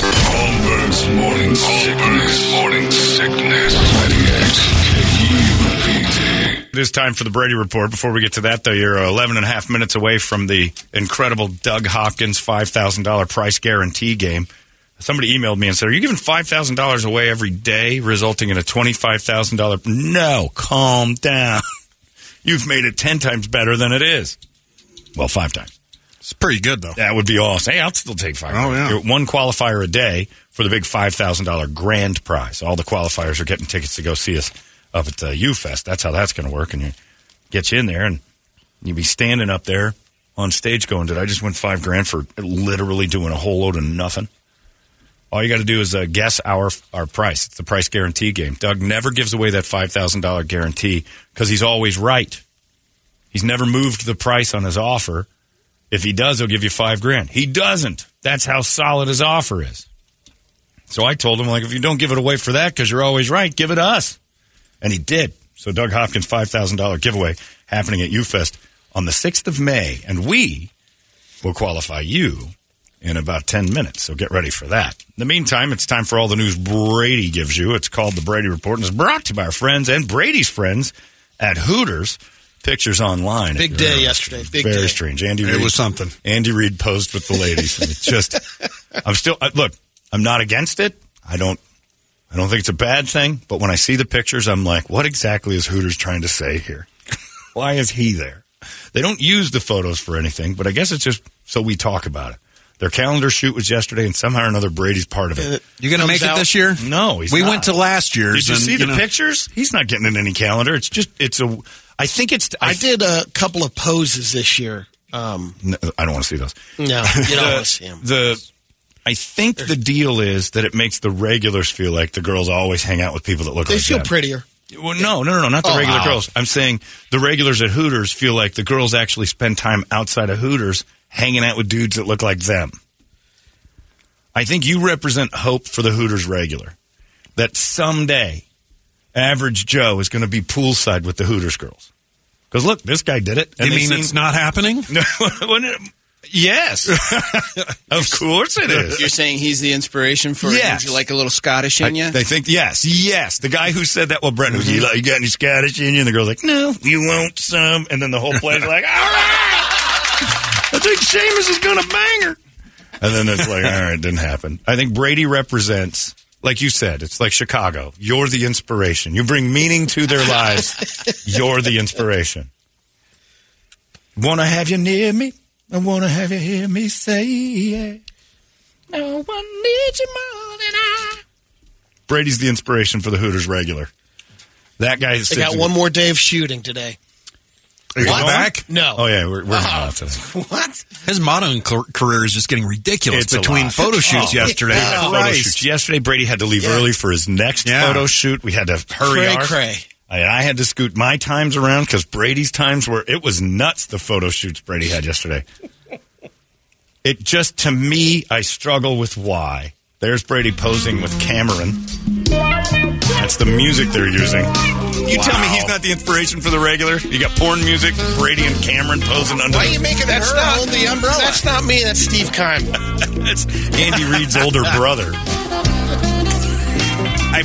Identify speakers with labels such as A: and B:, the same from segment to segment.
A: Holmberg's morning sickness. Morning sickness. 98 KUPD.
B: It is time for the Brady Report. Before we get to that, though, you're 11 and a half minutes away from the incredible Doug Hopkins $5,000 price guarantee game. Somebody emailed me and said, Are you giving $5,000 away every day, resulting in a $25,000? No, calm down. You've made it 10 times better than it is. Well, five times.
C: It's pretty good though.
B: That would be awesome. Hey, I'll still take five.
C: Oh, yeah.
B: You're one qualifier a day for the big five thousand dollar grand prize. All the qualifiers are getting tickets to go see us up at uh, U Fest. That's how that's going to work, and you get you in there, and you be standing up there on stage going, "Did I just win five grand for literally doing a whole load of nothing?" All you got to do is uh, guess our our price. It's the price guarantee game. Doug never gives away that five thousand dollar guarantee because he's always right. He's never moved the price on his offer. If he does, he'll give you five grand. He doesn't. That's how solid his offer is. So I told him, like, if you don't give it away for that because you're always right, give it to us. And he did. So Doug Hopkins $5,000 giveaway happening at UFest on the 6th of May. And we will qualify you in about 10 minutes. So get ready for that. In the meantime, it's time for all the news Brady gives you. It's called The Brady Report and it's brought to you by our friends and Brady's friends at Hooters. Pictures online.
D: Big day yesterday. Big
B: Very
D: day.
B: strange. Andy
C: It
B: Reid-
C: was something.
B: Andy Reid posed with the ladies. and it's just, I'm still I, look. I'm not against it. I don't. I don't think it's a bad thing. But when I see the pictures, I'm like, what exactly is Hooters trying to say here? Why is he there? They don't use the photos for anything, but I guess it's just so we talk about it. Their calendar shoot was yesterday, and somehow or another, Brady's part of
C: Uh,
B: it.
C: You gonna
D: Comes
C: make
D: out-
C: it this year?
B: No, he's
C: we
B: not.
C: went to last year's.
B: Did you
C: and,
B: see the
C: know,
B: pictures? He's not getting in any calendar. It's just it's a. I think it's.
D: I did a couple of poses this year. Um,
B: No, I don't want to see those.
D: no, you don't want to see him.
B: the I think the deal is that it makes the regulars feel like the girls always hang out with people that look
D: They
B: like
D: feel
B: them.
D: prettier.
B: Well, no, no, no, no, not the
D: Oh,
B: regular
D: wow.
B: girls. I'm saying the regulars at Hooters feel like the girls actually spend time outside of Hooters hanging out with dudes that look like them. I think you represent hope for the Hooters regular that someday average Joe is going to be poolside with the Hooters girls. Because look, this guy did it.
C: You
B: they
C: mean
B: seem-
C: it's not happening?
B: No, wouldn't it- yes, of course it is.
E: You're saying he's the inspiration for
B: Yes.
E: yes. you like a little Scottish in Mm-hmm. you?
B: They think yes, yes. The guy who said that, well, Brett, who's you, like, you got any Scottish in you? And the girl's like, no, you won't some. And then the whole place like, all right, I think Seamus is gonna bang her. And then it's like, all right, it didn't happen. I think Brady represents, like you said, it's like Chicago. You're the inspiration. You bring meaning to their lives. You're the inspiration. Wanna have you near me? I wanna have you hear me say yeah. No one needs you more than I. Brady's the inspiration for the Hooters regular. That guy
D: They got one more day of shooting today.
C: Are you
D: What?
C: back?
D: No. Uh-huh.
B: Oh yeah, we're, we're hanging out today.
C: What? His modeling car- career is just getting ridiculous
B: a
C: between
B: lot.
C: photo
B: Oh,
C: shoots yesterday.
B: yeah. Photo
C: Christ.
B: shoots. Yesterday, Brady had to leave early for his next
C: Yeah.
B: photo shoot. We had to hurry
D: Cray
B: ours.
D: cray.
B: I, I had to scoot my times around because Brady's times were it was nuts. The photo shoots Brady had yesterday. it just to me, I struggle with why. There's Brady posing with Cameron. That's the music they're using. You tell me he's not the inspiration for the regular. You got porn music, Brady and Cameron posing under.
D: Why are
B: the-
D: you making
C: That's
D: her
C: not-
D: hold the umbrella? That's not me. That's Steve Kime.
B: That's Andy Reid's older brother. I,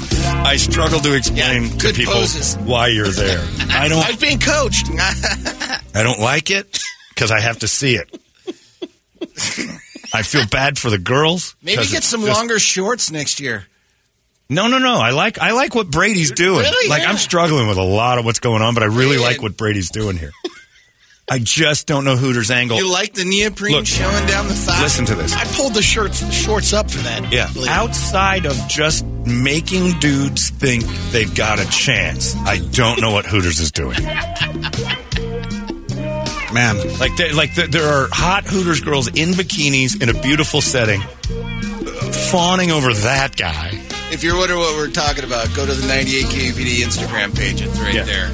B: I struggle to explain
D: Yeah,
B: to
D: good
B: people
D: poses.
B: why you're there. I don't.
D: I've been coached.
B: I don't like it because I have to see it. I feel bad for the girls.
E: Maybe
B: 'cause
E: get
B: it's
E: some
B: just-
E: longer shorts next year.
B: No, no, no. I like I like what Brady's doing.
D: Really?
B: Like
D: Yeah.
B: I'm struggling with a lot of what's going on, but I really
E: Yeah.
B: like what Brady's doing here. I just don't know Hooters angle.
E: You like the neoprene
B: Look.
E: showing down the thigh?
B: Listen to this.
D: I pulled the shirts shorts up for that.
B: Yeah.
D: believe it.
B: Outside of just making dudes think they've got a chance, I don't know what Hooters is doing.
C: man.
B: Like, they, like th there are hot Hooters girls in bikinis in a beautiful setting, uh, fawning over that guy.
E: If you're wondering what we're talking about, go to the 98 KUPD Instagram page. It's right
B: Yeah.
E: there.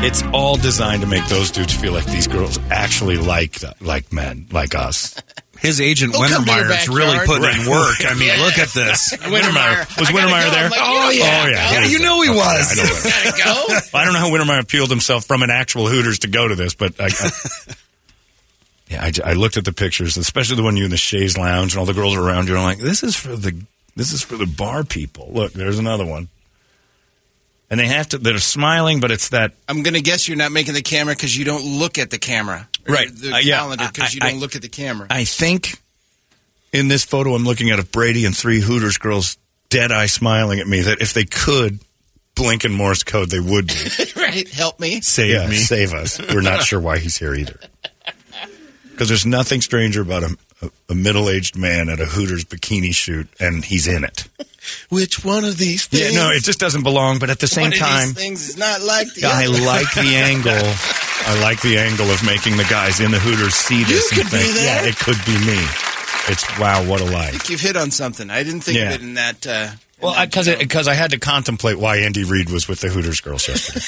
B: It's all designed to make those dudes feel like these girls actually like like men, like us.
C: His agent
D: They'll come to your
C: Wintermeyer is really
D: backyard.
C: putting in work. I mean, look at this.
B: Wintermeyer was
D: I gotta
B: Wintermeyer
D: go.
B: there?
D: I'm like, Oh, yeah.
B: oh yeah.
C: Yeah,
B: was
C: you
B: there.
C: know he
B: Okay,
C: was.
B: I know that.
D: Gotta go.
B: I don't know how Wintermeyer peeled himself from an actual Hooters to go to this, but I, I, yeah, I, j- I looked at the pictures, especially the one you in the Shays Lounge and all the girls were around you. And I'm like, this is for the this is for the bar people. Look, there's another one, and they have to. They're smiling, but it's that
E: I'm going to guess you're not making the camera because you don't look at the camera. Or
B: Right.
E: The
B: Uh, yeah.
E: calendar because you
B: I- I-
E: don't look at the camera.
B: I think in this photo I'm looking at of Brady and three Hooters girls dead eye smiling at me. That if they could blink in Morse code, they would do.
E: right. Help me.
B: save me, save us. We're not sure why he's here either. Because there's nothing stranger about a, a, a middle-aged man at a Hooters bikini shoot, and he's in it.
D: Which one of these
B: Yeah,
D: things?
B: no, it just doesn't belong. But at the same
E: One of
B: time,
E: these things is not like the
B: I
E: other.
B: like the angle. I like the angle of making the guys in the Hooters see this
E: You
B: and
E: could be
B: think,
E: there.
B: "Yeah, it could be me." It's wow, what a
E: I
B: life.
E: think you've hit on something. I didn't think
B: Yeah.
E: of it in that. Uh,
B: Well,
E: in that
B: because
E: general.
B: because I had to contemplate why Andy Reid was with the Hooters girls yesterday.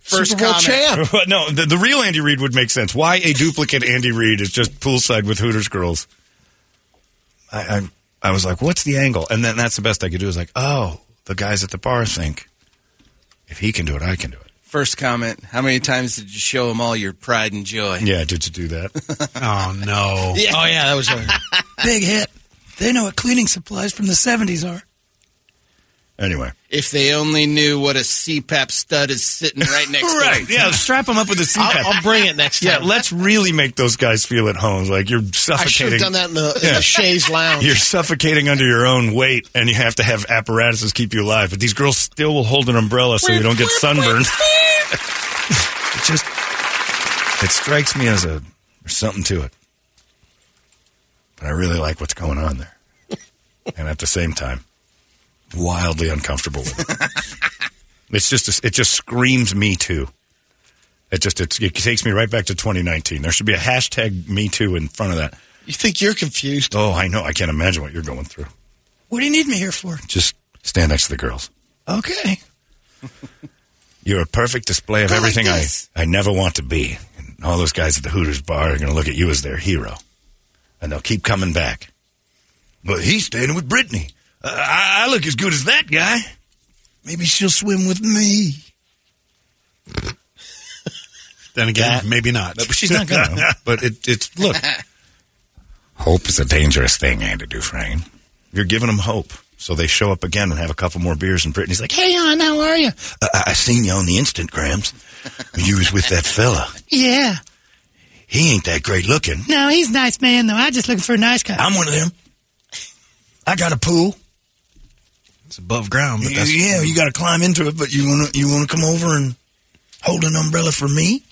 E: first
D: Super Bowl
E: comment.
D: champ.
B: Well, no, the, the real Andy Reid would make sense. Why a duplicate Andy Reid is just poolside with Hooters girls? I, I I was like, what's the angle? And then that's the best I could do is like, oh, the guys at the bar think if he can do it, I can do it.
E: First comment. How many times did you show him all your pride and joy?
B: Yeah, did you do that?
C: Oh no.
D: Oh yeah, that was a
B: Big hit. They know what cleaning supplies from the '70s are. Anyway,
E: If they only knew what a CPAP stud is sitting right next to.
B: Yeah, strap them up with a CPAP.
D: I'll, I'll bring it next
B: yeah,
D: time.
B: let's really make those guys feel at home. Like you're
D: I should
B: suffocating.
D: have done that in the, in
B: Yeah.
D: the Shays Lounge.
B: You're suffocating under your own weight, and you have to have apparatuses keep you alive. But these girls still will hold an umbrella so you don't get sunburned. it just it strikes me as a there's something to it. But I really like what's going on there, and at the same time, wildly uncomfortable with it. it's just it just screams me too. It just it's, it takes me right back to 2019. There should be a hashtag Me Too in front of that.
D: You think you're confused?
B: Oh, I know. I can't imagine what you're going through. What do you need me here for? Just stand next to the girls. Okay. you're a perfect display of
E: Go like
B: everything I,
E: this.
B: I never want to be. And all those guys at the Hooters bar are going to look at you as their hero. And they'll keep coming back. But he's standing with Brittany. Uh, I, I look as good as that guy. Maybe she'll swim with me.
C: Then again,
B: That-
C: maybe not.
B: But she's not going to. But it, it's, look. Hope is a dangerous thing, Andy Dufresne. You're giving them hope. So they show up again and have a couple more beers, and Brittany's like, hey, hon, how are you? Uh, I I seen you on the Instagrams. You was with that fella.
F: Yeah.
B: He ain't that great looking.
F: No, he's a nice man, though. I just looking for a nice guy.
B: I'm one of them. I got a pool.
C: It's above ground, but that's
B: yeah, you got to climb into it, but you want to you wanna come over and hold an umbrella for me?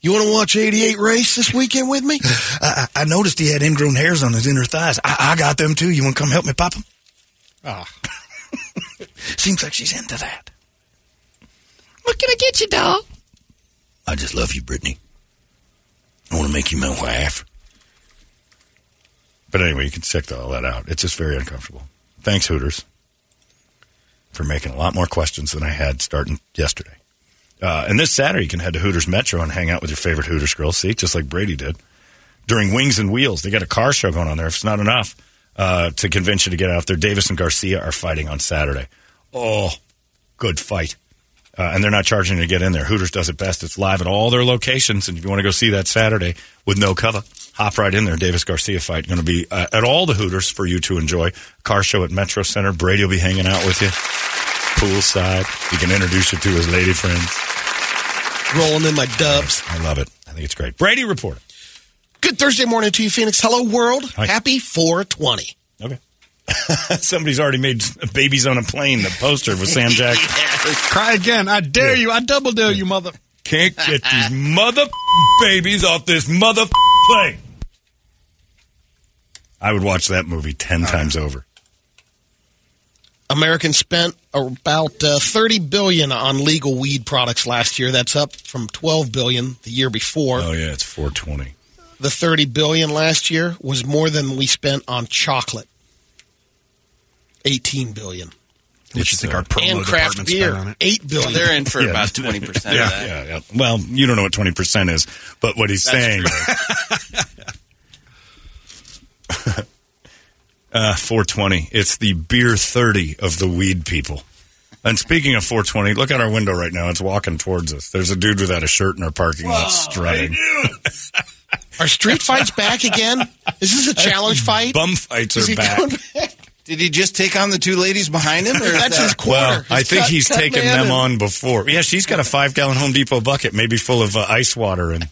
D: You want to watch 88 race this weekend with me?
B: I, I I noticed he had ingrown hairs on his inner thighs. I, I got them too. You want to come help me pop them? Ah. Seems like she's into that.
F: What can I get you, dog?
B: I just love you, Brittany. I want to make you my wife. But anyway, you can check all that out. It's just very uncomfortable. Thanks, Hooters, for making a lot more questions than I had starting yesterday. Uh, and this Saturday, you can head to Hooters Metro and hang out with your favorite Hooters girls. See, just like Brady did during Wings and Wheels. They got a car show going on there. If it's not enough uh, to convince you to get out there, Davis and Garcia are fighting on Saturday. Oh, good fight. Uh, and they're not charging you to get in there. Hooters does it best. It's live at all their locations. And if you want to go see that Saturday with no cover, hop right in there. Davis Garcia fight going to be uh, at all the Hooters for you to enjoy. Car show at Metro Center. Brady will be hanging out with you. Poolside. You can introduce you to his lady friends.
D: Rolling in my dubs.
B: I love it. I think it's great. Brady reporter.
D: Good Thursday morning to you, Phoenix. Hello, world.
B: Hi.
D: Happy 420.
B: Okay. Somebody's already made "Babies on a Plane" the poster with Sam Jackson.
G: Cry again. I dare you. I double dare you, mother.
B: Can't get these mother babies off this mother plane. I would watch that movie ten times over.
D: Americans spent about uh, 30 billion on legal weed products last year. That's up from 12 billion the year before.
B: Oh yeah, it's four twenty.
D: The 30 billion last year was more than we spent on chocolate. 18 billion.
C: What you think our promo
D: and craft
C: department
D: beer,
C: spent on it?
D: 8 billion.
E: They're in for about 20% of
B: Yeah,
E: that.
B: yeah, yeah. Well, you don't know what twenty percent is, but what he's saying. uh, four twenty. It's the beer thirty of the weed people. And speaking of four twenty, look out our window right now. It's walking towards us. There's a dude without a shirt in our parking lot strutting.
D: Are street fights back again? Is this a challenge fight?
B: Bum fights
D: Is
B: are
D: he
B: back.
D: going back?
E: Did he just take on the two ladies behind him? Or is
D: That's
E: that-
D: his quarter.
B: Well, I
D: His
B: think
D: cut-
B: he's
D: cut
B: taken
D: man
B: them
D: and-
B: on before. Yeah, she's got a five gallon Home Depot bucket, maybe full of uh, ice water, and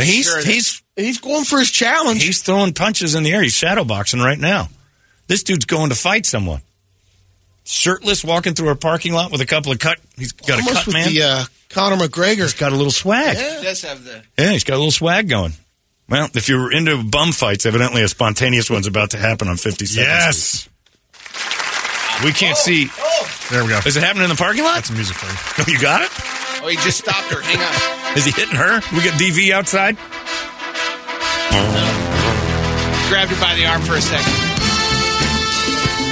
B: he's
E: sure that-
B: he's
D: He's going for his challenge.
B: he's throwing punches in the air. He's shadow boxing right now. This dude's going to fight someone. Shirtless, walking through a parking lot with a couple of cut. He's got a
D: Almost
B: cut
D: with
B: man.
D: the uh, Conor
B: he's
D: McGregor.
B: got a little swag. Yeah.
E: He does have the.
B: he's got a little swag going. Well, if you're into bum fights, evidently a spontaneous one's about to happen on 50 seconds.
G: Yes.
B: We can't see.
G: There we go.
B: Is it happening in the parking lot?
G: That's some music for you.
B: you got it?
E: Oh, he just stopped her. Hang on.
B: Is he hitting her? We got DV outside?
E: Grabbed her by the arm for a second.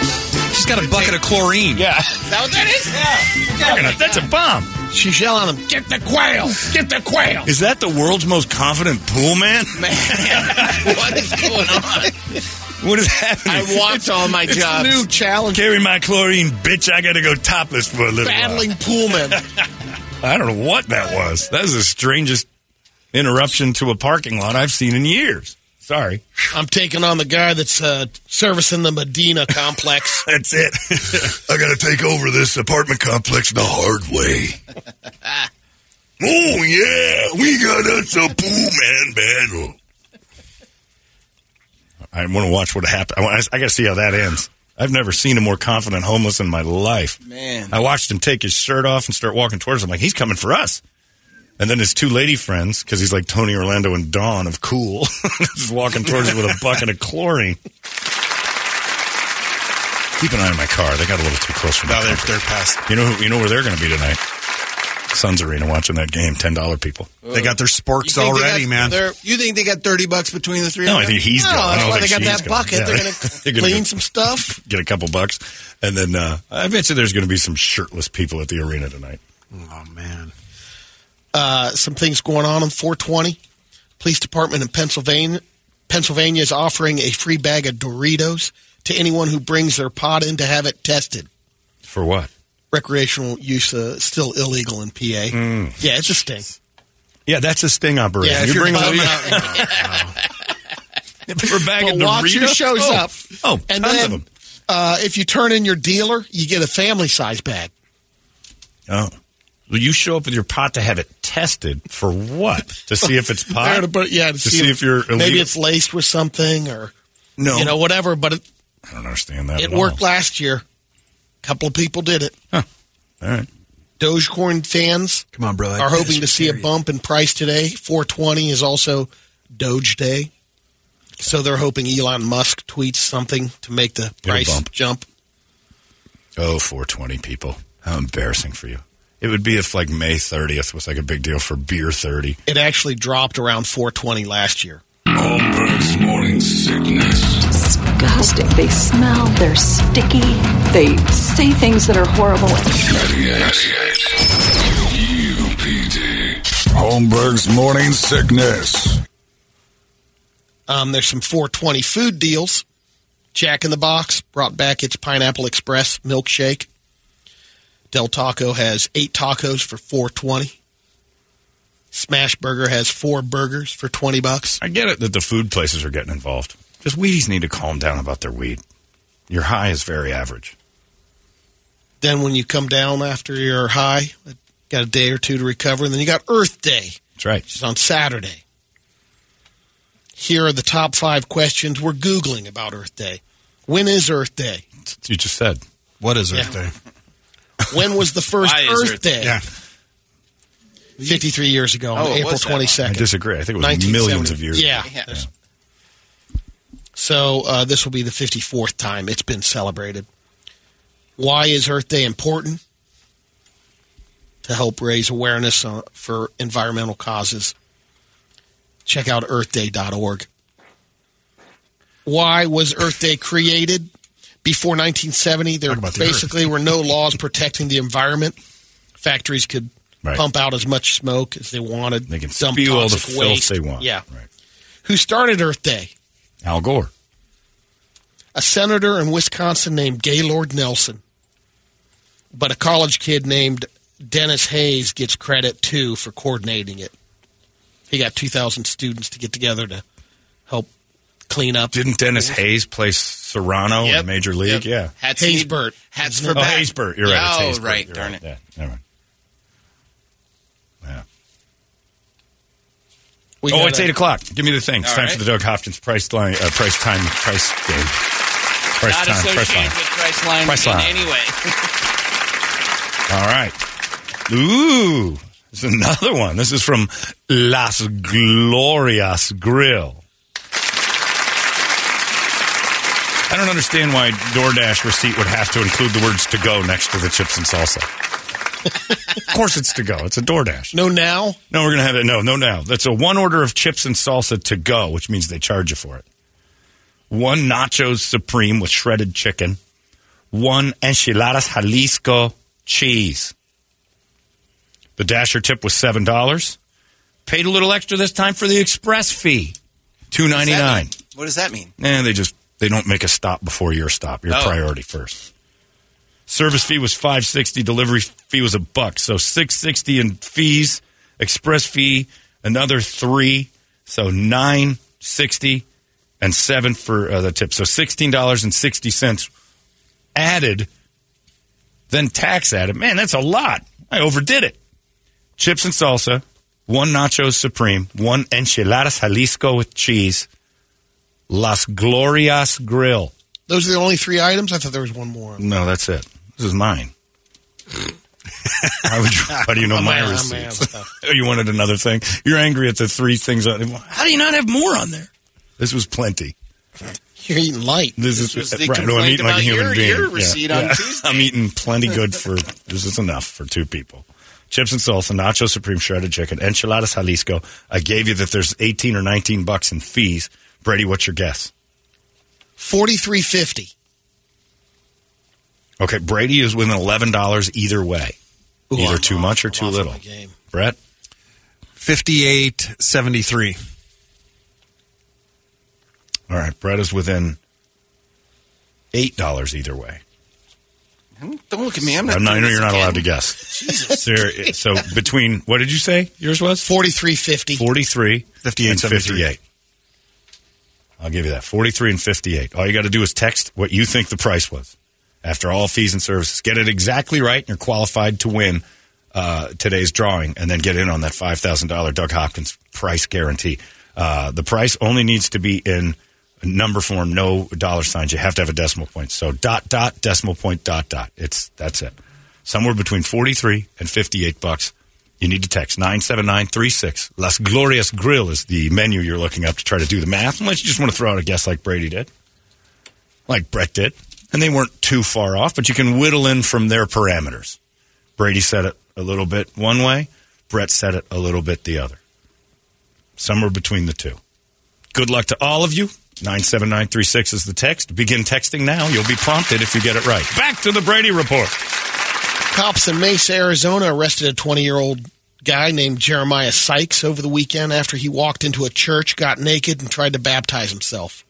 E: Is
C: She's got a bucket of chlorine.
B: Yeah.
E: that what that is? Yeah.
B: That's a bomb.
D: She's yelling at him, get the quail! Get the quail!
B: Is that the world's most confident pool man?
E: What is going on?
B: What is happening?
E: I walked all my
D: It's the
E: jobs.
D: new challenge.
B: Carry my chlorine, bitch. I got to go topless for a little
D: Battling poolman.
B: while. I don't know what that was. That was the strangest interruption to a parking lot I've seen in years. Sorry.
D: I'm taking on the guy that's uh, servicing the Medina complex.
B: That's it.
G: I got to take over this apartment complex the hard way. oh, yeah. We got us a pool man battle.
B: I want to watch what happened. I, want- I got to see how that ends. I've never seen a more confident homeless in my life.
E: Man.
B: I watched him take his shirt off and start walking towards him. Like, he's coming for us. And then his two lady friends, because he's like Tony Orlando and Dawn of Cool, just walking towards him with a bucket of chlorine. Keep an eye on my car. They got a little too close for my
G: Now they're,
B: comfort.
G: they're past.
B: You know, who, you know where they're going to be tonight? Suns Arena watching that game. Ten dollar people.
G: They got their sporks
E: You think they
G: already,
E: got-
G: man.
E: they're- You think they got 30 bucks between the three
B: No,
E: of
B: I
E: them?
B: think he's
D: no,
B: going. I
D: that's
B: don't
D: why they
B: think
D: got
B: she's
D: that
B: going.
D: bucket.
B: Yeah.
D: They're
B: They're
D: going to
B: gonna
D: clean
B: go-
D: some stuff.
B: get a couple bucks, and then uh, I bet you there's going to be some shirtless people at the arena tonight.
G: Oh, man.
D: Uh, some things going on on 420. Police department in Pennsylvania, Pennsylvania is offering a free bag of Doritos to anyone who brings their pot in to have it tested.
B: For what?
D: Recreational use uh, still illegal in PA.
B: Hmm.
D: Yeah, it's a sting.
B: Yeah, that's a sting operation.
D: Yeah, if
B: you
D: you're
B: bring a
D: bumming
B: little
D: out-
B: for a bag
D: but
B: of
D: watch who
B: Doritos?
D: shows
B: oh.
D: up.
B: Oh,
D: and
B: tons
D: then,
B: of them.
D: Uh, if you turn in your dealer, you get a family size bag.
B: Oh. Well, you show up with your pot to have it tested for what? To see if it's pot?
D: There to put- yeah,
B: to, see if, you're illegal.
D: maybe it's laced with something or
B: no.
D: you know whatever. But it,
B: I don't understand that.
D: it
B: at all.
D: worked last year. A couple of people did it.
B: All right.
D: Dogecoin fans
C: Come on, brother.
D: are hoping to see a bump in price today. 420 is also Doge Day, so they're hoping Elon Musk tweets something to make the
B: Get a
D: price
B: bump.
D: jump.
B: Oh, 420 people. How embarrassing for you. It would be if like May 30th was like a big deal for beer 30.
D: It actually dropped around 420 last year.
A: Holmberg's morning sickness.
H: disgusting. They smell, they're sticky, they say things that are horrible.
A: 98. UPD. Holmberg's morning sickness.
D: Um, there's some 420 food deals. Jack in the Box brought back its Pineapple Express milkshake. Del Taco has eight tacos for 420. Smash Burger has four burgers for 20 bucks.
B: I get it that the food places are getting involved. Just Wheaties need to calm down about their weed. Your high is very average.
D: Then when you come down after your high, got a day or two to recover. And then you got Earth Day,
B: That's right.
D: which is on Saturday. Here are the top five questions we're Googling about Earth Day. When is Earth Day?
B: You just said.
C: What is
D: Yeah.
C: Earth Day?
D: When was the first
E: Why is
D: Earth,
E: Earth
D: Day?
C: Yeah.
D: 53 years ago, on
E: Oh, it
D: April
E: was that long.
D: 22nd.
B: I disagree. I think it was millions of years.
D: Yeah.
E: Yeah.
D: So uh, this will be the 54th time it's been celebrated. Why is Earth Day important? To help raise awareness uh, for environmental causes. Check out earthday.org. Why was Earth Day created? Before 1970, there
C: Talk about the
D: basically were no laws protecting the environment. Factories could
B: Right.
D: pump out as much smoke as they wanted.
B: They can
D: dump
B: spew all the
D: toxic
B: filth
D: waste.
B: they want.
D: Yeah.
B: Right.
D: Who started Earth Day?
B: Al Gore.
D: a senator in Wisconsin named Gaylord Nelson, but a college kid named Dennis Hayes gets credit too for coordinating it. He got 2,000 students to get together to help clean up.
B: Didn't Dennis Hayes play Serrano in
E: Yep.
B: the Major League? Yeah.
E: Yep. Hats need-
D: Haysbert.
E: Hats
D: Isn't
E: for
D: it?
B: Oh,
E: Back.
B: Haysbert. You're right.
E: Oh,
B: It's Haysbert.
E: right,
B: You're
E: darn it.
B: Yeah, never mind. Yeah.
D: We
B: oh,
D: got
B: it's
D: a-
B: eight o'clock. Give me the thing. It's
E: All
B: time
E: right.
B: for the Doug Hopkins price line, uh, price time, price game, price
E: Not
B: time, price line.
E: associated with Priceline,
B: Priceline.
E: in any way.
B: All right. Ooh, there's another one. This is from Las Glorias Grill. I don't understand why DoorDash receipt would have to include the words "to go" next to the chips and salsa. of course, it's to go. It's a DoorDash.
D: No, now?
B: No, we're gonna have it. No, no, no. That's a one order of chips and salsa to go, which means they charge you for it. One nachos supreme with shredded chicken. One enchiladas Jalisco cheese. The dasher tip was seven dollars. Paid a little extra this time for the express fee, two ninety nine.
E: What does that mean?
B: Eh, they just they don't make a stop before your stop. Your
E: Oh.
B: priority first. Service fee was five sixty. Delivery fee was a buck. So six sixty in fees. Express fee another three. So nine sixty and seven for uh, the tip. So sixteen dollars and sixty cents added. Then tax added. Man, that's a lot. I overdid it. Chips and salsa, one nachos supreme, one enchiladas Jalisco with cheese, Las Glorias Grill.
D: Those are the only three items? I thought there was one more.
B: No, that's it. This is mine. how, would you, how do you know
D: I'm
B: my
D: out, I'm
B: receipts?
D: out of stuff.
B: Oh, you wanted another thing? You're angry at the three things. On, how do you not have more on there? This was plenty.
D: You're eating light.
B: This,
E: was
B: is
E: the
B: right. No, I'm
E: complaint
B: eating like a
E: about
B: human
E: your-
B: being.
E: your receipt on Tuesday.
B: I'm eating plenty good for this is enough for two people. Chips and salsa, nacho supreme shredded chicken, enchiladas Jalisco. I gave you that there's 18 or 19 bucks in fees. Brady, what's your guess?
D: 43.50.
B: Okay, Brady is within eleven dollars either way, either too much or too
D: off
B: little.
D: my game.
B: Brett,
C: 58 73.
B: all right, Brett is within eight dollars either way.
E: Don't look at me. I'm
B: I
E: not.
B: know
E: doing this
B: you're not
E: again.
B: allowed to guess. There- so between what did you say? Yours was
D: 43.50.
B: forty three.
C: 58,
B: and 58. I'll give you that. 43 and 58. All you got to do is text what you think the price was after all fees and services. Get it exactly right, and you're qualified to win uh, today's drawing, and then get in on that $5,000 Doug Hopkins price guarantee. Uh, the price only needs to be in number form, no dollar signs. You have to have a decimal point. So dot, dot, decimal point, dot, dot. It's That's it. Somewhere between 43 and 58 bucks. You need to text 97936. Las Glorias Grill is the menu you're looking up to try to do the math, unless you just want to throw out a guess like Brady did, like Brett did. And they weren't too far off, but you can whittle in from their parameters. Brady said it a little bit one way, Brett said it a little bit the other. Somewhere between the two. Good luck to all of you. 97936 is the text. Begin texting now. You'll be prompted if you get it right. Back to the Brady Report.
D: Cops in Mesa, Arizona arrested a 20 year old guy named Jeremiah Sykes over the weekend after he walked into a church, got naked, and tried to baptize himself,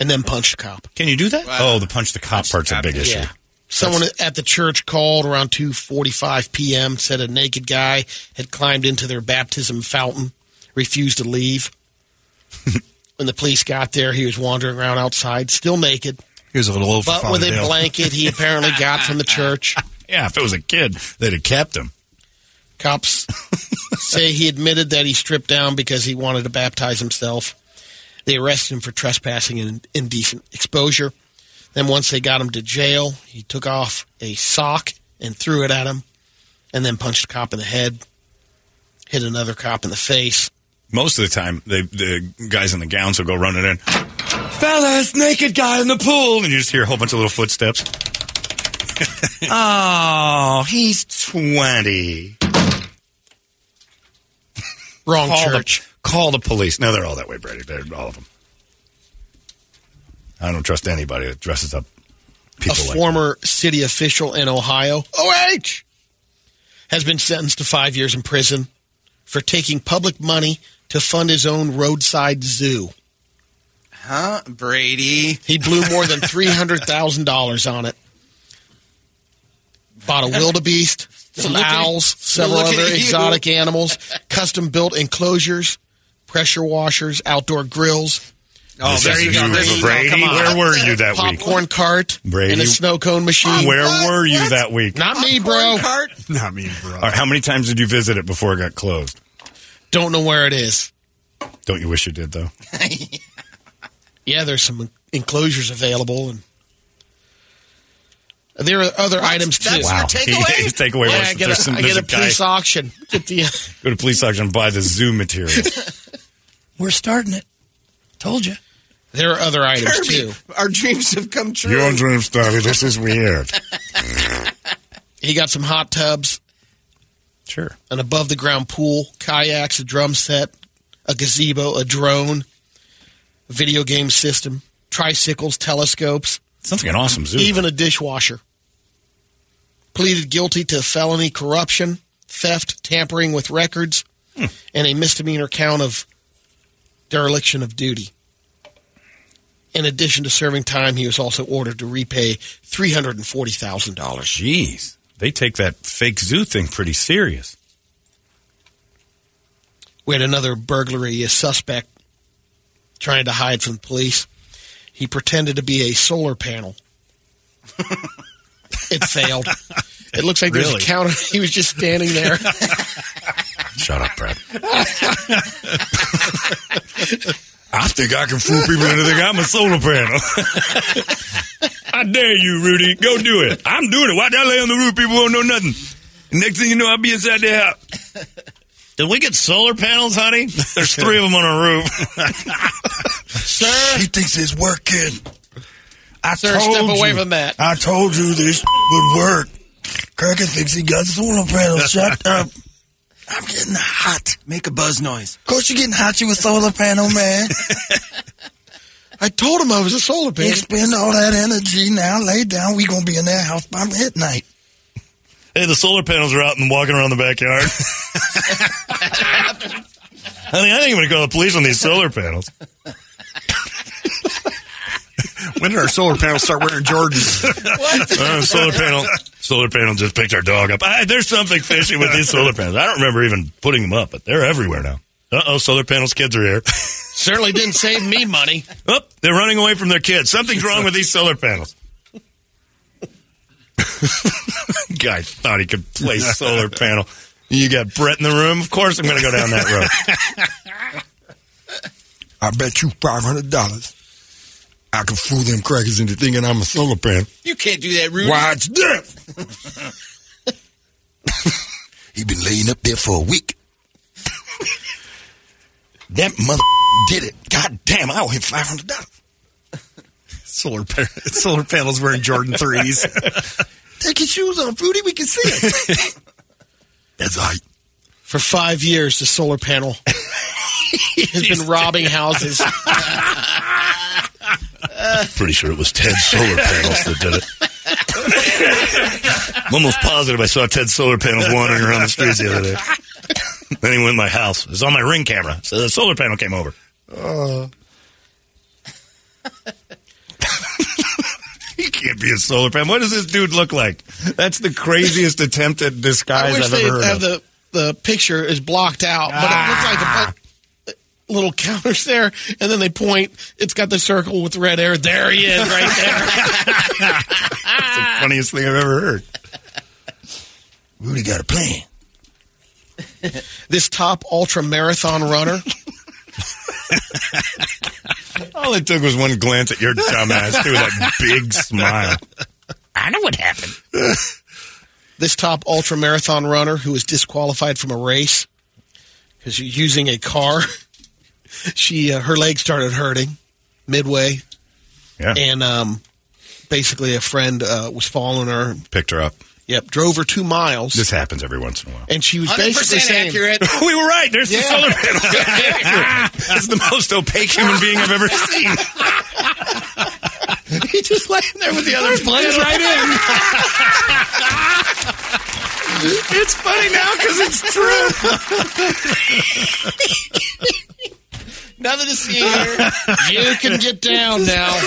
D: and then punched a cop.
B: Can you do that?
E: Wow.
B: Oh, the punch the cop part's a big issue.
D: Someone at the church called around 2:45 p.m. said a naked guy had climbed into their baptism fountain, refused to leave. when the police got there, he was wandering around outside, still naked,
C: He was a little over
D: but with a blanket he apparently got from the church.
B: Yeah, if it was a kid, they'd have kept him.
D: Cops say he admitted that he stripped down because he wanted to baptize himself. They arrested him for trespassing and indecent exposure. Then once they got him to jail, he took off a sock and threw it at him, and then punched a cop in the head, hit another cop in the face.
B: Most of the time, they, the guys in the gowns will go running in.
I: Fellas, naked guy in the pool.
B: And you just hear a whole bunch of little footsteps.
I: Oh, he's 20.
D: Wrong
B: Call the-
D: church.
B: call the police. No, they're all that way, Brady. They're all of them. I don't trust anybody that dresses up
D: a
B: people like
D: former city official in Ohio, OH, has been sentenced to five years in prison for taking public money to fund his own roadside zoo.
E: Huh, Brady?
D: He blew more than $300,000 on it. Bought a wildebeest, some
E: Look at-
D: owls, several
E: look at
D: other
E: you.
D: exotic animals, custom built enclosures, pressure washers, outdoor grills,
E: Oh,
B: This
E: there
B: is
E: you go.
B: you,
E: There you go.
B: Brady.
E: Come on.
B: Where were you that week?
D: popcorn cart,
B: Brady,
D: and a snow cone machine.
B: Where were you that week?
D: Not me, bro.
E: Cart?
C: Not me, bro.
B: All right, how many times did you visit it before it got closed?
D: Don't know where it is.
B: Don't you wish you did though?
D: yeah, there's some enclosures available, and there are other items too.
E: That's your takeaway?
B: His takeaway
D: Yeah,
B: was
D: I
B: that
D: get
B: there's
D: a,
B: some
D: I get
B: there's
D: a
B: a guy
D: police auction. Get the
B: go to police auction and buy the zoo material.
I: We're starting it. Told you.
D: there are other items too.
E: Kirby, our dreams have come true.
B: dream started. This is weird.
D: He got some hot tubs,
B: Sure.
D: an above the ground pool, kayaks, a drum set, a gazebo, a drone, a video game system, tricycles, telescopes,
B: Sounds like an awesome zoo.
D: even a dishwasher. Pleaded guilty to felony corruption, theft, tampering with records, and a misdemeanor count of dereliction of duty. In addition to serving time, he was also ordered to repay three hundred and forty thousand dollars.
B: Jeez, they take that fake zoo thing pretty serious.
D: We had another burglary a suspect trying to hide from the police. He pretended to be a solar panel. it failed. It looks like there's
C: Really?
D: a counter. He was just standing there.
B: Shut up, Brad.
G: I think I can
B: Fool people into thinking I'm a solar panel. I dare you, Rudy. Go do it. I'm doing it. Why did I lay on the roof? People won't know nothing. Next thing you know, I'll be inside the house. Did we get solar panels, honey? There's three of them on our roof.
D: Sir,
G: He thinks it's working. I
D: Sir,
G: told
D: step
G: you.
D: away from that.
G: I told you this would work. Kirk thinks he got solar panels. Shut up. I'm getting hot.
E: Make a buzz noise.
G: Of course, you're getting hot. You a solar panel man.
D: I told him I was a solar
G: You
D: panel.
G: spend all that energy now. Lay down. We gonna be in that house by midnight.
B: Hey, the solar panels are out and walking around the backyard. I think I think I'm going to call the police on these solar panels.
C: When did our solar panels start wearing Jordans?
B: Uh, solar panel, solar panel just picked our dog up. Ah, there's something fishy with these solar panels. I don't remember even putting them up, but they're everywhere now. Uh oh, solar panels kids are here.
D: Certainly didn't save me money.
B: Oh, they're running away from their kids. Something's wrong with these solar panels. Guy thought he could play solar panel. You got Brett in the room. Of course, I'm going to go down that road.
G: I bet you five hundred dollars. I can fool them crackers into thinking I'm a solar panel.
E: You can't do that, Rudy.
G: Watch this. he been laying up there for a week. that mother did it. God damn! I owe him five hundred dollars.
C: solar, pa- solar panels wearing Jordan 3s.
G: Take your shoes off, Rudy. We can see it. That's right.
D: For five years, the solar panel has been robbing houses.
B: Pretty sure it was Ted's solar panels that did it. I'm almost positive I saw Ted's solar panels wandering around the streets the other day. then he went in my house. It was on my ring camera, so the solar panel came over.
D: Uh.
B: he can't be a solar panel. What does this dude look like? That's the craziest attempt at
D: I
B: disguise
D: wish
B: I've
D: they
B: ever heard
D: have
B: of.
D: the the picture is blocked out, but it looks like a bu- little counters there, and then they point. It's got the circle with red air. There he is, right
B: It's the funniest thing I've ever heard.
G: Rudy got a plan.
D: there. this top ultra marathon runner
B: All it took was one glance at your dumb ass, too, with that big smile.
D: I know what happened. this top ultra marathon runner who was disqualified from a race because using a car, she uh, her leg started hurting midway,
B: Yeah.
D: and um, basically a friend uh, was following her.
B: Picked her up.
D: Yep, drove her two miles,
B: This happens every once in a while.
D: and she was
E: 100%
D: basically saying,
E: accurate.
B: we were right. There's
D: Yeah.
B: the solar panel. That's the most opaque human being I've ever seen.
E: he just laying there with the other players right in.
B: It's funny now because it's true.
D: "Nothing to see here. you can get down now."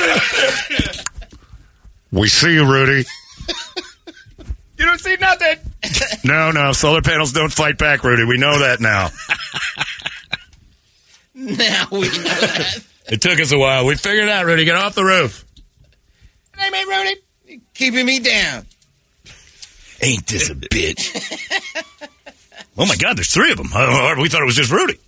B: We see you, Rudy. You don't see nothing. No, no, solar panels don't fight back, Rudy. We know that now.
D: now we know that.
B: It took us a while. We figured it out, Rudy. Get off the roof.
E: Hey, man, Rudy, keeping me down.
B: Ain't this a bitch? oh my God, there's three of them. Uh, We thought it was just Rudy.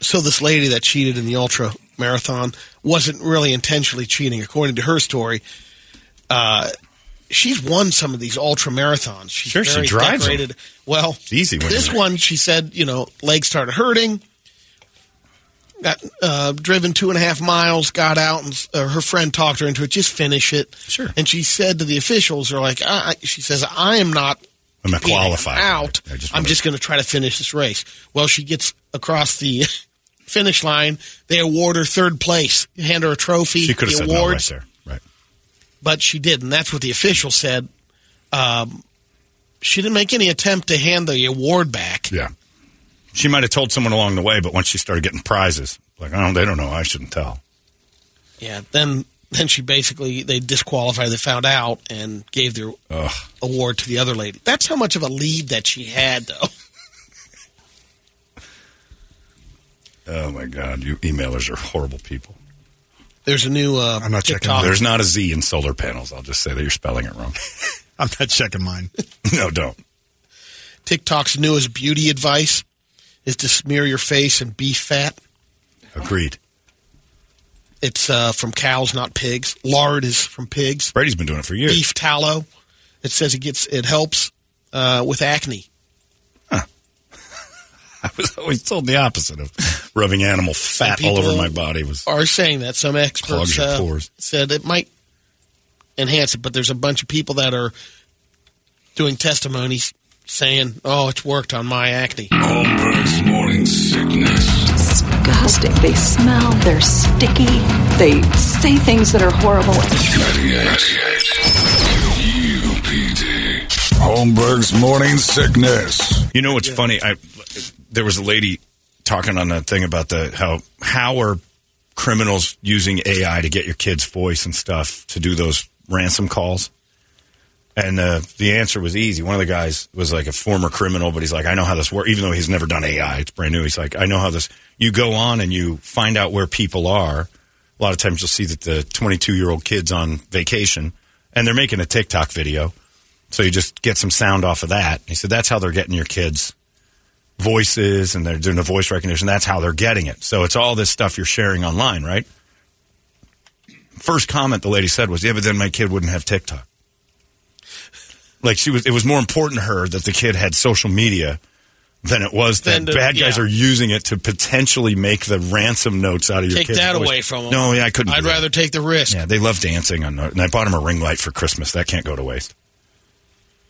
D: So this lady that cheated in the ultra marathon wasn't really intentionally cheating, according to her story. Uh, she's won some of these ultra marathons. She's
B: Sure, she
D: very
B: drives 'em.
D: decorated. Well, it's
B: easy when
D: This
B: you're-
D: one, she said, you know, legs started hurting. Got uh, driven two and a half miles, got out, and s- uh, her friend talked her into it. Just finish it.
B: Sure.
D: And she said to the officials, "Are like, I, I- she says, I am not
B: I'm not
D: beating him
B: qualified.
D: out.
B: I just
D: I'm
B: wanna-
D: just going to try to finish this race. Well, she gets across the finish line. They award her third place, hand her a trophy,
B: She could
D: the
B: have said no right
D: awards,
B: there. Right.
D: but she didn't. That's what the official said. Um, she didn't make any attempt to hand the award back.
B: Yeah. She might have told someone along the way, but once she started getting prizes, like, oh, they don't know. I shouldn't tell.
D: Yeah. Then, then she basically they disqualified. They found out and gave their
B: Ugh.
D: award to the other lady. That's how much of a lead that she had, though.
B: Oh my God, you emailers are horrible people.
D: There's a new. Uh,
C: I'm not checking
D: TikTok.
B: There's not a Z in solar panels. I'll just say that you're spelling it wrong.
C: I'm not checking mine.
B: no, don't.
D: TikTok's newest beauty advice is to smear your face and be fat.
B: Agreed.
D: It's uh, from cows, not pigs. Lard is from pigs.
B: Brady's been doing it for years.
D: Beef tallow. It says it gets it helps uh, with acne.
B: I was always told the opposite of rubbing animal fat
D: Some
B: all over
D: people
B: my body was.
D: Are saying that some
B: Clogs
D: experts
B: your
D: uh,
B: pores.
D: said it might enhance it, but there's a bunch of people that are doing testimonies saying, "Oh, it's worked on my acne."
A: Holmberg's morning sickness.
H: Disgusting. They smell, they're sticky, they say things that are horrible.
A: 98. UPD. Holmberg's morning sickness.
B: You know what's funny? I there was a lady talking on that thing about the how how are criminals using AI to get your kid's voice and stuff to do those ransom calls? And uh, the answer was easy. One of the guys was like a former criminal, but he's like, I know how this works. Even though he's never done AI, it's brand new. He's like, I know how this. You go on and you find out where people are. A lot of times you'll see that the 22 year old kid's on vacation and they're making a TikTok video. So you just get some sound off of that. He said, that's how they're getting your kids' voices and they're doing the voice recognition. That's how they're getting it. So it's all this stuff you're sharing online, right? First comment the lady said was, yeah, but then my kid wouldn't have TikTok. Like she was, it was more important to her that the kid had social media than it was that
D: Than the-
B: bad guys
D: yeah.
B: are using it to potentially make the ransom notes out of your
D: Take
B: kid's
D: that
B: voice.
D: away from them.
B: No, yeah, I couldn't.
D: I'd
B: do that.
D: rather take the risk.
B: Yeah, they love dancing on and I bought them a ring light for Christmas. That can't go to waste.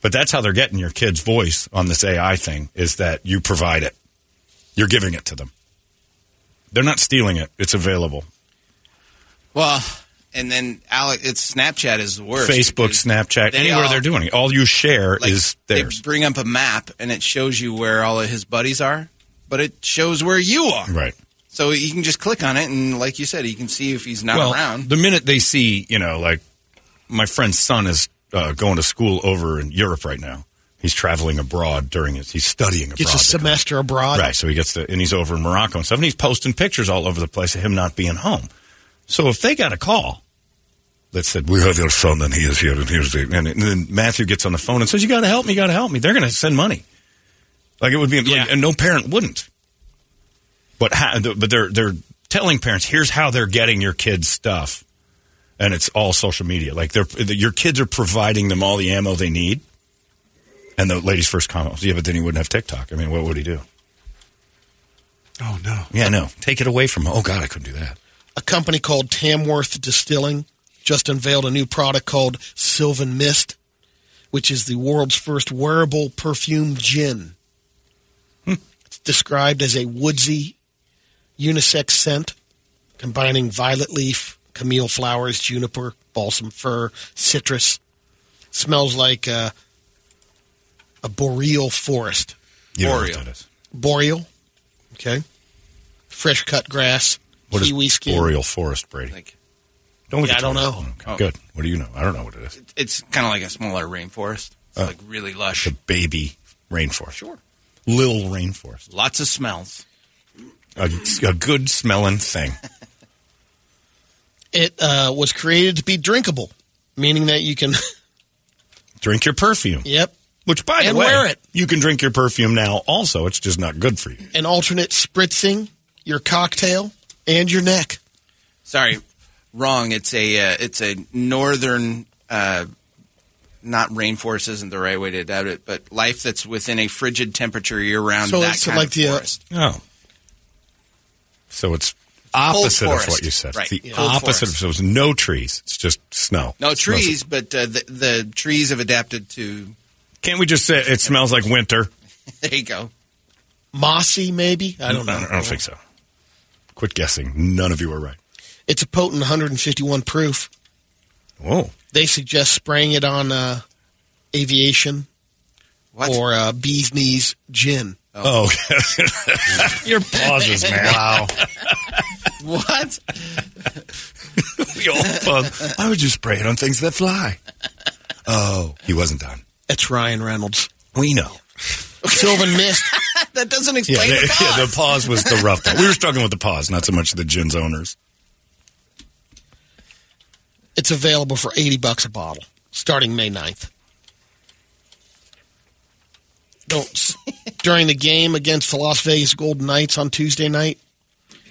B: But that's how they're getting your kid's voice on this AI thing is that you provide it. You're giving it to them. They're not stealing it. It's available.
E: Well, and then Alec, it's Snapchat is the worst.
B: Facebook,
E: because
B: Snapchat,
E: they
B: anywhere
E: all-
B: they're doing it. All you share
E: like,
B: is theirs.
E: They bring up a map and it shows you where all of his buddies are, but it shows where you are.
B: right.
E: So you can just click on it and, like you said, you can see if he's not
B: well,
E: around.
B: The minute they see, you know, like my friend's son is uh, going to school over in Europe right now. He's traveling abroad during his. He's studying abroad.
D: Gets
B: they
D: a
B: call it.
D: semester abroad.
B: Right. So he gets to, and he's over in Morocco and stuff, and he's posting pictures all over the place of him not being home. So if they got a call that said, We have your son, and he is here, and here's the, and, then Matthew gets on the phone and says, You got to help me, you got to help me. They're going to send money. Like it would be, like, and no parent wouldn't. But, ha- but they're, they're telling parents here's how they're getting your kids stuff, and it's all social media. Like they're your kids are providing them all the ammo they need. And the lady's first comment was, "Yeah, but then he wouldn't have TikTok. I mean, what would he do?
C: Oh, no.
B: Yeah, no, take it away from him. Oh God, I couldn't do that.
D: A company called Tamworth Distilling just unveiled a new product called Sylvan Mist, which is the world's first wearable perfume gin.
B: Hmm.
D: It's described as a woodsy unisex scent combining violet leaf, camille flowers, juniper, balsam fir, citrus. Smells like uh, a boreal forest.
B: You know what
D: Boreal.
B: that is.
D: Boreal. Okay. Fresh cut grass.
B: What is
D: kiwi skin.
B: boreal forest, Brady? don't look
D: Yeah,
B: at
D: I don't
B: Tony.
D: know.
B: Okay, Good. What do you know? I don't know what it is.
E: It's kind of like a smaller rainforest. It's like really lush.
B: Uh, The baby rainforest.
E: Sure.
B: Lil rainforest.
E: Lots of smells.
B: A, a good smelling thing.
D: It uh, was created to be drinkable, meaning that you can.
B: Drink your perfume.
D: yep.
B: Which, by
D: And
B: the way,
D: wear it.
B: you can drink your perfume now also. It's just not good for you.
D: An alternate spritzing your cocktail and your neck.
E: Sorry, wrong. It's a uh, it's a northern. Uh, not rainforest isn't the right way to doubt it, but life that's within a frigid temperature year round.
D: So
E: that
D: it's
E: kind
D: like
E: of
D: the, uh,
E: forest.
B: Oh. So it's opposite of
E: forest.
B: what you said.
E: Right.
B: The
E: Yeah. Cold
B: opposite of
E: forest.
B: so it's no trees. It's just snow.
E: No
B: It smells-
E: trees, but uh, the, the trees have adapted to.
B: Can't we just say it smells like winter?
E: There you go.
D: Mossy, maybe? I don't know.
B: I don't, I don't think so. Quit guessing. None of you are right.
D: It's a potent 151 proof.
B: Whoa.
D: They suggest spraying it on uh, aviation
E: What?
D: or uh, bee's knees gin.
B: Oh, your pauses, man. Wow.
E: What?
B: I would just spray it on things that fly. Oh, he wasn't done.
D: That's Ryan Reynolds.
B: We know.
D: Sylvan Mist.
E: That doesn't
B: Yeah,
E: explain
B: the,
E: the, cause.
B: yeah, the pause was the rough part. We were struggling with the pause, not so much the gin's owners.
D: It's available for 80 bucks a bottle starting May 9th. Don't s- during the game against the Las Vegas Golden Knights on Tuesday night,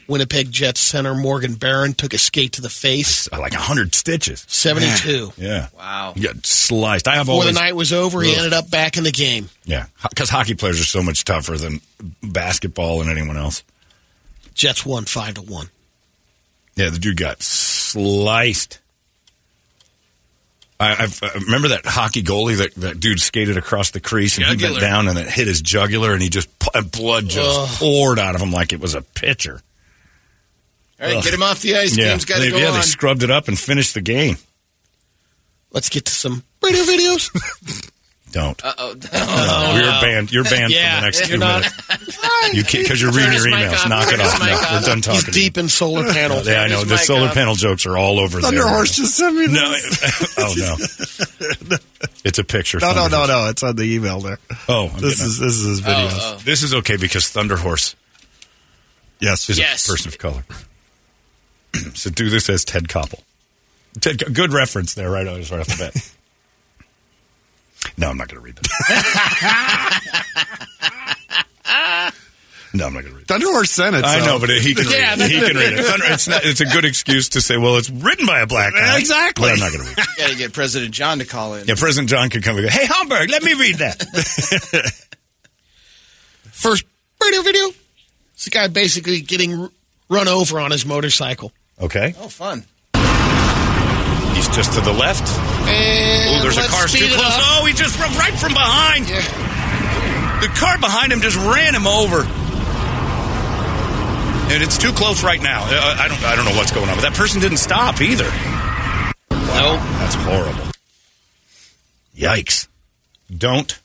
D: Winnipeg Jets center Morgan Barron took a skate to the face,
B: Uh, Like a hundred stitches.
D: 72.
B: Yeah.
E: Wow.
B: You got sliced. I have
D: Before the
B: always.
D: night was over, he ended up back in the game.
B: Yeah, because hockey players are so much tougher than basketball and anyone else.
D: Jets won 5 to 1.
B: Yeah, the dude got sliced. I, I've, I remember that hockey goalie that that dude skated across the crease and he bent
E: Jugular.
B: down and it hit his jugular and he just pu- and blood just poured out of him like it was a pitcher.
E: All right, get him off the ice. Game's got
B: they,
E: to go
B: yeah,
E: on.
B: they scrubbed it up and finished the game.
D: Let's get to some radio videos.
B: Don't.
E: oh
B: No, you're banned. You're banned
D: Yeah,
B: for the next
D: you're
B: two
D: not-
B: minutes. You can't because you're reading your emails. Knock it off. No, we're done
D: He's
B: talking. to you.
D: deep in solar panels.
B: Yeah, I know. The solar panel jokes are all over
C: Thunder
B: there.
C: Horse just sent me
B: No.
C: this.
B: oh no. It's a picture.
C: No, no,
B: Thunder
C: no,
B: Horse.
C: no. It's on the email there.
B: Oh, I'm
C: This
B: getting
C: is this is his video.
D: uh,
E: oh.
B: This is okay because Thunder Horse
C: Yes.
B: is
E: Yes.
B: a person of color. so do this as Ted Koppel. Ted, good reference there, right? Right off the bat. no, I'm not going to read that. no, I'm not going to read that.
C: Thunderhorse sent it.
B: I
C: so-
B: know, but he can read it. He can read it. Thunder- It's, not, it's a good excuse to say, well, it's written by a black guy.
C: Exactly.
B: But I'm not going to read it.
E: got to get President John to call in.
B: Yeah, President John could come and go, hey, Homburg, let me read that.
D: First radio video. This guy basically getting r- run over on his motorcycle.
B: Okay.
E: Oh, fun.
B: He's just to the left. Oh,
D: And
B: there's a
D: let's
B: car
D: speed
B: too
D: it
B: close.
D: up.
B: Oh, he just from right from behind.
D: Yeah.
B: The car behind him just ran him over. And it's too close right now. Uh, I don't. I don't know what's going on, but that person didn't stop either.
D: No.
B: That's horrible. Yikes! Don't.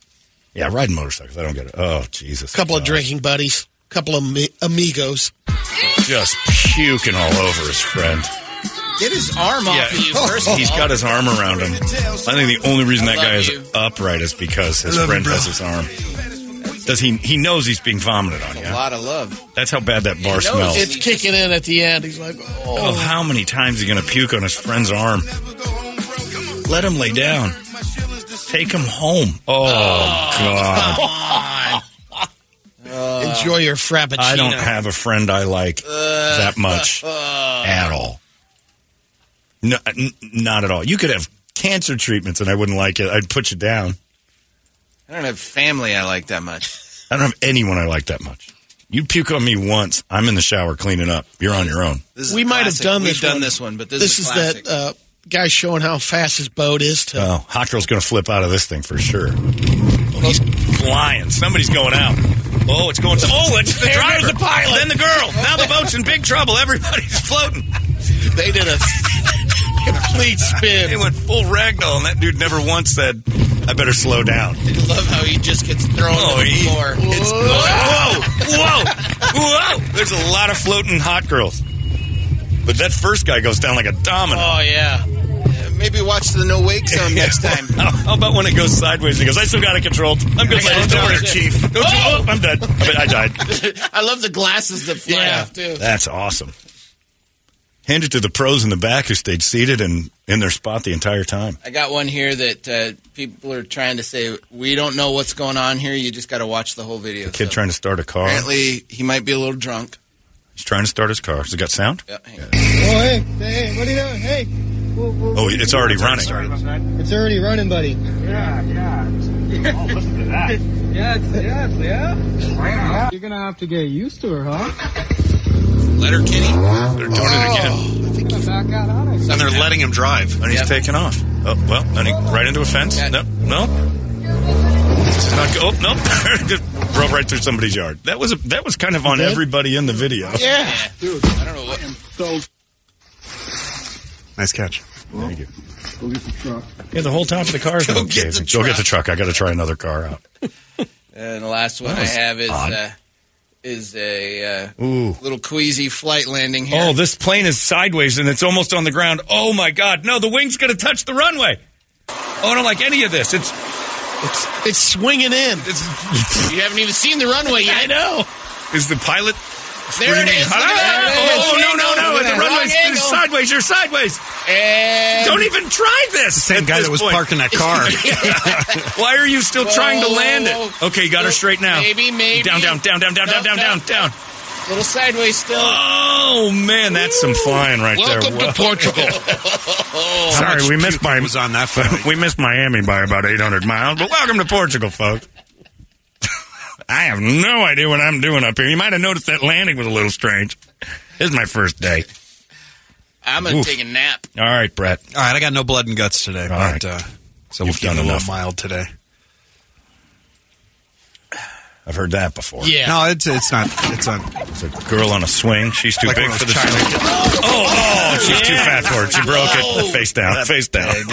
B: Yeah, riding motorcycles. I don't get it. Oh Jesus!
D: Couple of
B: God.
D: drinking buddies. Couple of mi- amigos.
B: Just puking all over his friend.
E: Get his arm off of you first. of
B: he's
E: all.
B: got his arm around him. I think the only reason that
E: love
B: guy is
E: you.
B: upright is because his
C: I love you,
B: friend
C: bro.
B: has his arm. Does he? He knows he's being vomited on.
E: A
B: Yeah,
E: lot of love.
B: that's how bad that bar
E: knows
B: smells.
D: It's kicking in at the end. He's like, oh.
B: Oh, how many times is he going to puke on his friend's arm? Let him lay down.
E: Oh.
B: Take him home. Oh, God.
D: It Enjoy your frappuccino.
B: I don't have a friend I like
E: Uh,
B: that much at all. No, n- not at all. You could have cancer treatments and I wouldn't like it. I'd put you down.
E: I don't have family I like that much.
B: I don't have anyone I like that much. You puke on me once, I'm in the shower cleaning up. You're on your own.
E: This is
D: we
E: a
D: might have
E: classic.
D: done
E: We've
D: this.
E: done
D: one.
E: this one, but this,
D: this
E: is,
D: is,
E: a classic.
D: that uh, guy showing how fast his boat is. To
B: Oh, hot girl's going to flip out of this thing for sure. He's flying. Somebody's going out. Oh, it's going. To, oh, it's the
E: There
B: driver,
E: goes the pilot.
B: then the girl. Now the boat's in big trouble. Everybody's floating.
D: they did a complete spin.
B: They went full ragdoll, and that dude never once said, "I better slow down."
D: I love how he just gets thrown
B: Oh,
D: on the
B: he-
D: floor.
B: It's whoa, whoa, whoa. There's a lot of floating hot girls, but that first guy goes down like a domino.
D: Oh yeah,
E: Uh, Maybe watch the No Wake Zone next time.
B: How, how about when it goes sideways? He goes, I still got it controlled. I'm good, ladies.
E: I got
B: Don't
E: it.
B: worry, Chief. Don't you- oh, I'm dead. I, mean, I died.
D: I love the glasses that fly
E: Yeah.
D: off
J: Oh,
D: too.
B: That's awesome. Hand it to the pros in the back who stayed seated and in their spot the entire time.
E: I got one here that uh, people are trying to say we don't know what's going on here. You just got to watch the whole video.
B: Kid
E: So
B: trying to start a car.
E: apparently he might be a little drunk.
B: He's trying to start his car. Has it got sound?
E: Yeah, hang on.
J: hey, hey, what are you doing? Hey. Whoa, whoa,
B: Oh, it's already running.
J: It's already running, buddy. Yeah, yeah. Oh, listen to that. yeah, it's, yeah, it's, yeah. You're gonna have to get used to her, huh?
E: Letter Kenny.
B: They're doing it again.
J: You're gonna back out on it.
C: And they're letting him drive.
B: And he's
E: Yeah.
B: taking off. Oh, well, and he right into a fence.
E: Yeah.
B: No, no. This is not go- oh, no. Just drove right through somebody's yard. That was that was kind of on everybody in the video.
D: Yeah,
E: I don't know what.
C: Nice catch.
B: Thank you. Yeah, the whole top of the car is
E: Go
B: going
E: get the
B: Go get the truck. I got to try another car out.
E: And the last one I
B: was
E: have is
B: odd.
E: uh, is a uh,
B: Ooh.
E: little queasy flight landing here.
B: Oh, this plane is sideways and it's almost on the ground. Oh my God! No, the wing's going to touch the runway. Oh, I don't like any of this. It's
D: it's it's swinging in.
B: it's.
D: You haven't even seen the runway yet. I know.
B: is the pilot?
D: There it
B: screaming,
D: is. Look at
B: "Hello?"
D: that.
B: Oh no no no!
E: Look at
B: The
E: that.
B: runway's
E: Wrong angle.
B: sideways. You're sideways.
E: And
B: Don't even try this. The
C: Same guy that was parking that car.
B: Why are you still trying to
E: Whoa,
B: land
E: whoa,
B: it?
E: whoa.
B: Okay, you got her straight now.
E: Maybe, maybe.
B: Down, down, down, down, down,
E: No,
B: down, down,
E: no.
B: down, down.
E: little sideways still.
B: Oh man, that's some flying right
D: Welcome
B: there.
D: to Portugal.
B: Whoa. Sorry, we missed my
C: was on that phone.
B: we missed Miami by about 800 miles, but welcome to Portugal, folks. I have no idea what I'm doing up here. You might have noticed that landing was a little strange. This is my first day.
E: I'm gonna
B: Oof.
E: take a nap.
B: All right, Brett.
C: All right, I got no blood and guts today. but,
B: right.
C: uh, so
B: You've
C: we'll keep
B: done
C: it a little
B: enough.
C: mild today.
B: I've heard that before.
D: yeah.
C: No, it's it's not. It's not.
B: It's a girl on a swing. She's too
C: Like
B: big
C: one of
B: for the
C: those China
B: swing. Oh, oh, she's too fat for it. She broke it. Face down. face down.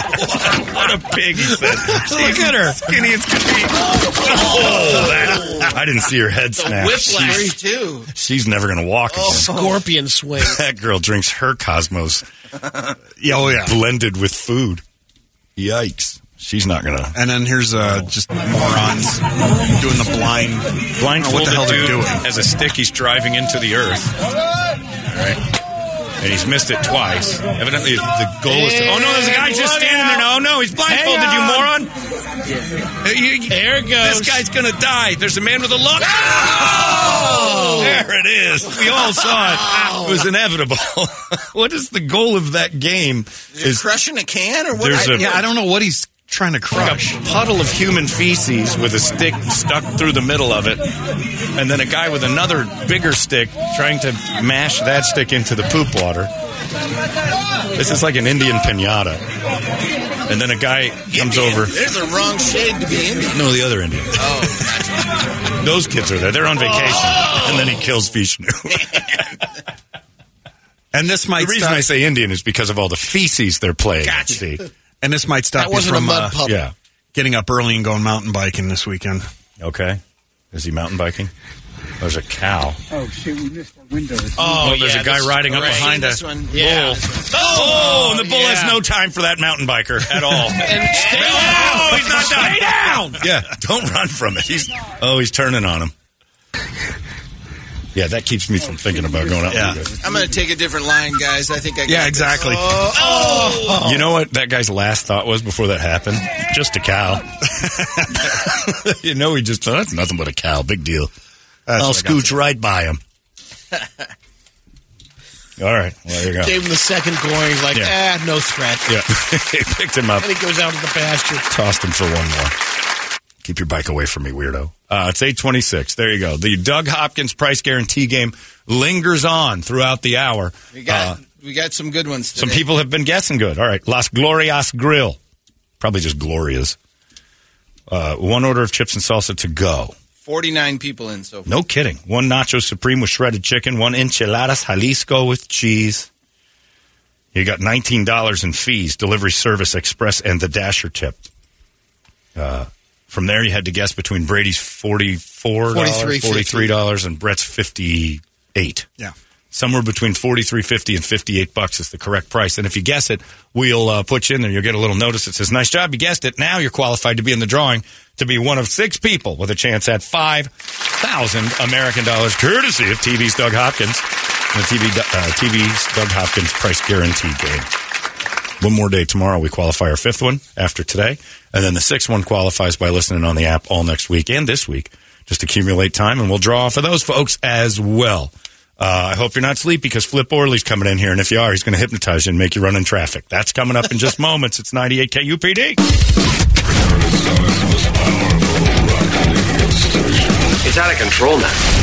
B: what a pig! He said. Look at her. Skinny as could be. Oh, that. I didn't see her head snap.
E: Whiplash
B: She's,
E: too.
B: she's never going to walk
C: Oh.
J: Oh.
B: again.
D: Scorpion swing.
B: That girl drinks her Cosmos
C: Yeah, oh yeah.
B: blended with food. Yikes. She's not going to.
C: And then here's uh, just morons doing the blind.
B: Blindfolded
C: What the hell they're
B: dude
C: doing.
B: has a stick he's driving into the earth. All right. And he's missed it twice. Evidently, the goal is to. Oh, no, there's a guy just standing there. No, no, he's blindfolded, you moron. Oh, Uh, you-
D: There it goes.
B: This guy's going to die. There's a man with a lock. Oh! There it is. We all saw it. It was inevitable. what is the goal of that game?
E: You're
B: Is
E: crushing a can or what?
B: There's a-
C: Yeah, I don't know what he's trying to
B: like
C: crush.
B: a puddle of human feces with a stick stuck through the middle of it, and then a guy with another bigger stick trying to mash that stick into the poop water. This is like an Indian pinata. And then a guy comes over.
E: There's the wrong shade to be in.
B: No, the other Indian.
E: Oh,
B: Those kids are there. They're
C: Oh.
B: on vacation. And then he kills Vishnu.
C: And this might
B: the reason
C: stop,
B: I say Indian is because of all the feces they're playing. Gotcha. See?
C: and this might stop
D: That
C: you
D: wasn't
C: from
D: a mud
C: uh,
D: puddle.
B: Yeah.
C: getting up early and going mountain biking this weekend.
B: Okay. Is he mountain biking? There's a cow.
J: Oh, shit, we missed that window.
D: Oh,
B: Well, there's
D: yeah,
B: a guy
D: this-
B: riding up
D: right.
B: behind
E: Seen
B: a
E: this one?
D: Yeah.
B: bull. Oh, and the bull has
D: yeah.
B: no time for that mountain biker at all.
D: Stay
B: oh,
D: down.
B: he's not done. Stay down. Yeah, don't run from it. He's oh, he's turning on him. Yeah, that keeps me from thinking about going out.
C: Yeah.
B: with
E: I'm gonna take a different line, guys. I think I. Got
C: Yeah, exactly.
B: Oh. you. You know what that guy's last thought was before that happened? "Oh, Just a cow. you know, he just thought that's nothing but a cow. Big deal. That's
D: I'll
B: what I got
D: scooch
B: today. right by him. All right. Well, there you go.
D: Gave him the second coin. He's like,
B: Yeah.
D: ah, no threat.
B: Yeah. he picked him up.
D: And he goes out to the pasture.
B: Tossed him for one more. Keep your bike away from me, weirdo. Uh, it's 826. There you go. The Doug Hopkins price guarantee game lingers on throughout the hour.
E: We got
B: Uh,
E: we got some good ones. Today.
B: some people have been guessing good. All right. Las Glorias Grill. Probably just Glorias. Uh, one order of chips and salsa to go.
E: forty nine people in so far.
B: No kidding. One nacho supreme with shredded chicken, one enchiladas Jalisco with cheese. You got $19 in fees, delivery service, express, and the Dasher tip. Uh, from there, you had to guess between Brady's $44,
C: $43.50.
B: $43, and Brett's 58
C: Yeah.
B: Somewhere between forty-three fifty and 58 bucks is the correct price. And if you guess it, we'll uh, put you in there. You'll get a little notice that says, nice job, you guessed it. Now you're qualified to be in the drawing to be one of six people with a chance at 5,000 American dollars, courtesy of TV's Doug Hopkins and the TV, do- uh, TV's Doug Hopkins price guarantee game. One more day tomorrow, we qualify our fifth one after today. And then the sixth one qualifies by listening on the app all next week and this week. Just accumulate time, and we'll draw for those folks as well. Uh, I hope you're not sleepy because Flip Orley's coming in here, and if you are, he's going to hypnotize you and make you run in traffic. That's coming up in just moments. It's 98 KUPD.
K: It's out of control now.